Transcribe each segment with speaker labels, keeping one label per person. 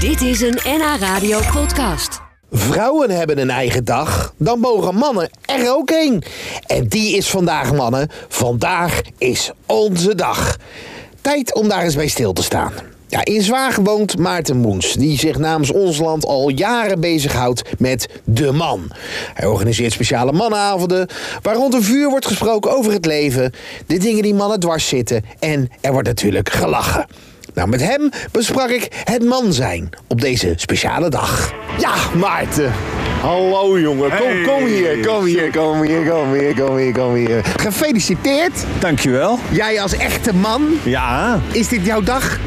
Speaker 1: Dit is een NH Radio podcast.
Speaker 2: Vrouwen hebben een eigen dag, dan mogen mannen er ook een. En die is vandaag, mannen. Vandaag is onze dag. Tijd om daar eens bij stil te staan. Ja, in Zwaag woont Maarten Moens, die zich namens ons land al jaren bezighoudt met de man. Hij organiseert speciale mannenavonden, waar rond een vuur wordt gesproken over het leven, de dingen die mannen dwars zitten en er wordt natuurlijk gelachen. Nou, met hem besprak ik het man zijn op deze speciale dag. Ja, Maarten. Hallo jongen, kom,
Speaker 3: Hey.
Speaker 2: kom hier, kom hier, kom hier, kom hier, kom hier, kom hier. Gefeliciteerd,
Speaker 3: Dankjewel.
Speaker 2: jij als echte man.
Speaker 3: Ja,
Speaker 2: Is dit jouw dag?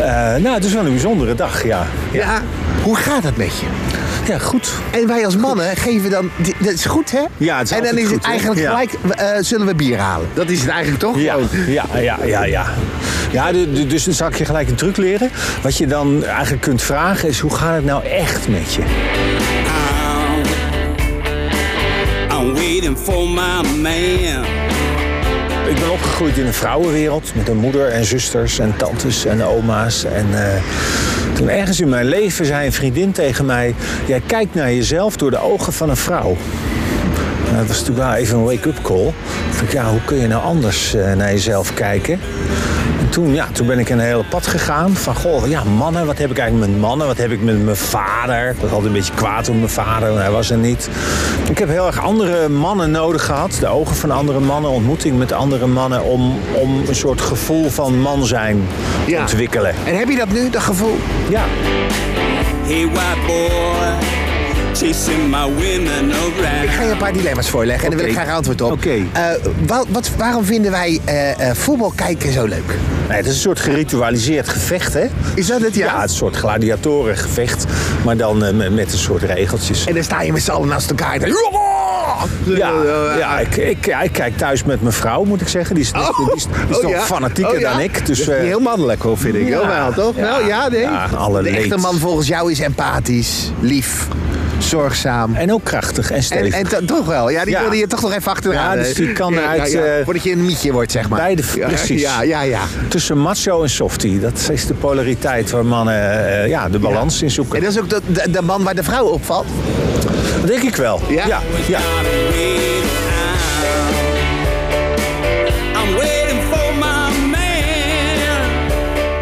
Speaker 3: eh, nou het is wel een bijzondere dag, ja.
Speaker 2: Ja. Hoe gaat het met je?
Speaker 3: Ja, goed.
Speaker 2: En wij als mannen geven dan, dit- dat is goed hè?
Speaker 3: Ja, het is
Speaker 2: En dan
Speaker 3: altijd
Speaker 2: is het
Speaker 3: goed, hè?
Speaker 2: eigenlijk
Speaker 3: Ja.
Speaker 2: gelijk, eh, zullen we bier halen? Dat is het eigenlijk toch?
Speaker 3: Ja,
Speaker 2: Gewoon.
Speaker 3: Oh, ja, ja, ja, ja. Ja, du- du- dus dan zal ik je gelijk een truc leren. Wat je dan eigenlijk kunt vragen is, hoe gaat het nou echt met je?
Speaker 4: I'm waiting for my man.
Speaker 3: Ik ben opgegroeid in een vrouwenwereld met een moeder en zusters en tantes en oma's. En eh, toen ergens in mijn leven zei een vriendin tegen mij: Jij kijkt naar jezelf door de ogen van een vrouw. Nou, dat was natuurlijk wel even een wake-up call. Ik dacht, ja, hoe kun je nou anders eh, naar jezelf kijken? En toen, ja, toen ben ik een hele pad gegaan van, goh, ja, mannen, wat heb ik eigenlijk met mannen? Wat heb ik met mijn vader? Ik was altijd een beetje kwaad om mijn vader, want hij was er niet. Ik heb heel erg andere mannen nodig gehad. De ogen van andere mannen, ontmoeting met andere mannen... om, om een soort gevoel van man zijn te
Speaker 2: Ja.
Speaker 3: ontwikkelen.
Speaker 2: En heb je dat nu, dat gevoel?
Speaker 3: Ja,
Speaker 4: Hey, white boy, chasing my women around.
Speaker 2: Ik ga je een paar dilemma's voorleggen en dan wil
Speaker 3: Oké.
Speaker 2: ik graag antwoord op.
Speaker 3: Oké.
Speaker 2: Eh, wa- wat, waarom vinden wij eh, eh, voetbal kijken zo leuk?
Speaker 3: nee, het is een soort geritualiseerd gevecht, hè?
Speaker 2: Is dat het, ja?
Speaker 3: Ja, het is een soort gladiatorengevecht, maar dan eh, met- met een soort regeltjes.
Speaker 2: En dan sta je met z'n allen naast elkaar. En...
Speaker 3: Ja, ja ik, ik, ja, ik kijk thuis met mijn vrouw, moet ik zeggen. Die is, die is,
Speaker 2: Oh,
Speaker 3: die is, die is nog fanatieker dan ik. Dus, eh,
Speaker 2: heel mannelijk hoor, vind ik.
Speaker 3: ja,
Speaker 2: heel wel, toch?
Speaker 3: ja,
Speaker 2: nou ja, nee.
Speaker 3: ja, alle
Speaker 2: de echte
Speaker 3: leed.
Speaker 2: man volgens jou is empathisch, lief, zorgzaam.
Speaker 3: en ook krachtig en
Speaker 2: En,
Speaker 3: stevig.
Speaker 2: en to- toch wel, ja, die
Speaker 3: Ja.
Speaker 2: wilde je toch nog even achteraan.
Speaker 3: Ja, dus die kan uit, eh,
Speaker 2: Voordat je een mietje wordt, zeg maar.
Speaker 3: beide- precies.
Speaker 2: Ja, ja, ja.
Speaker 3: Tussen macho en softie, dat is de polariteit waar mannen eh, ja, de balans in zoeken.
Speaker 2: En dat is ook de, de, de man waar de vrouw op valt.
Speaker 3: Dat denk ik wel.
Speaker 2: Ja?
Speaker 3: Ja, ja.
Speaker 4: I'm waiting out. I'm waiting for my man.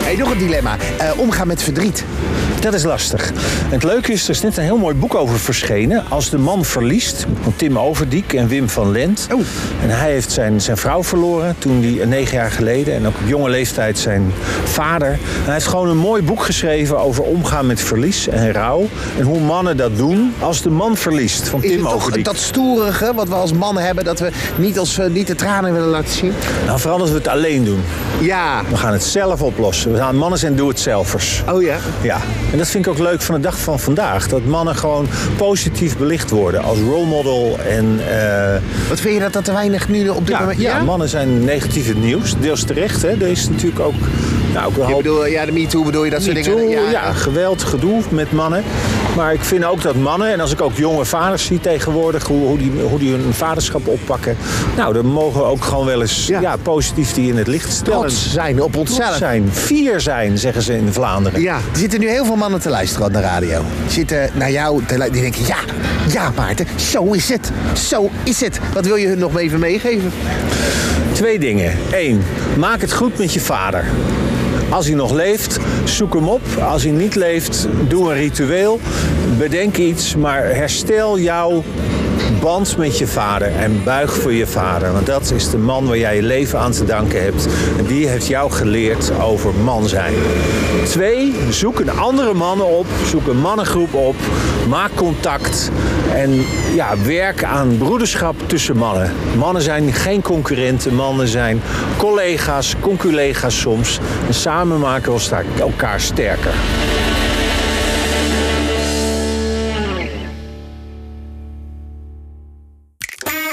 Speaker 2: Hey, nog een dilemma. Eh, omgaan met verdriet.
Speaker 3: Dat is lastig. En het leuke is, er is net een heel mooi boek over verschenen. Als de man verliest, van Tim Overdiek en Wim van Lent.
Speaker 2: Oh.
Speaker 3: En hij heeft zijn, zijn vrouw verloren toen hij eh, negen jaar geleden... en ook op jonge leeftijd zijn vader. En hij heeft gewoon een mooi boek geschreven over omgaan met verlies en rouw. En hoe mannen dat doen als de man verliest, van
Speaker 2: Is
Speaker 3: Tim
Speaker 2: het toch
Speaker 3: Overdiek.
Speaker 2: dat stoerige wat we als mannen hebben, dat we niet, als, eh, niet de tranen willen laten zien?
Speaker 3: Nou, vooral als we het alleen doen.
Speaker 2: Ja.
Speaker 3: We gaan het zelf oplossen. We gaan mannen zijn doe-het-zelfers.
Speaker 2: Oh ja.
Speaker 3: Ja, en dat vind ik ook leuk van de dag van vandaag. Dat mannen gewoon positief belicht worden als role model. En eh,
Speaker 2: Wat vind je dat dat te weinig nu op dit
Speaker 3: ja,
Speaker 2: moment...
Speaker 3: ja, mannen zijn negatief in het nieuws. Deels terecht, hè. Er is natuurlijk ook, nou, ook een
Speaker 2: Je
Speaker 3: hoop
Speaker 2: bedoelt, ja, de MeToo bedoel je, dat soort
Speaker 3: MeToo,
Speaker 2: dingen. eh,
Speaker 3: ja, geweld, gedoe met mannen. Maar ik vind ook dat mannen, en als ik ook jonge vaders zie tegenwoordig... hoe, hoe, die, hoe die hun vaderschap oppakken... nou, dan mogen we ook gewoon wel eens
Speaker 2: Ja.
Speaker 3: ja. positief die in het licht stellen.
Speaker 2: Trots zijn op
Speaker 3: Trots
Speaker 2: onszelf.
Speaker 3: zijn, fier zijn, zeggen ze in Vlaanderen.
Speaker 2: Ja, er zitten nu heel veel mannen te luisteren op de radio. Die Zitten naar jou te lu- Die denken, ja, ja Maarten, zo is het. Zo is het. Wat wil je hun nog even meegeven?
Speaker 3: Twee dingen. Eén, maak het goed met je vader. Als hij nog leeft, zoek hem op. Als hij niet leeft, doe een ritueel. Bedenk iets, maar herstel jouw band met je vader en buig voor je vader. Want dat is de man waar jij je leven aan te danken hebt. En die heeft jou geleerd over man zijn. Twee, zoek een andere man op. Zoek een mannengroep op. Maak contact. En ja, werk aan broederschap tussen mannen. Mannen zijn geen concurrenten, mannen zijn collega's, conculega's soms. En samen maken we elsta- elkaar sterker.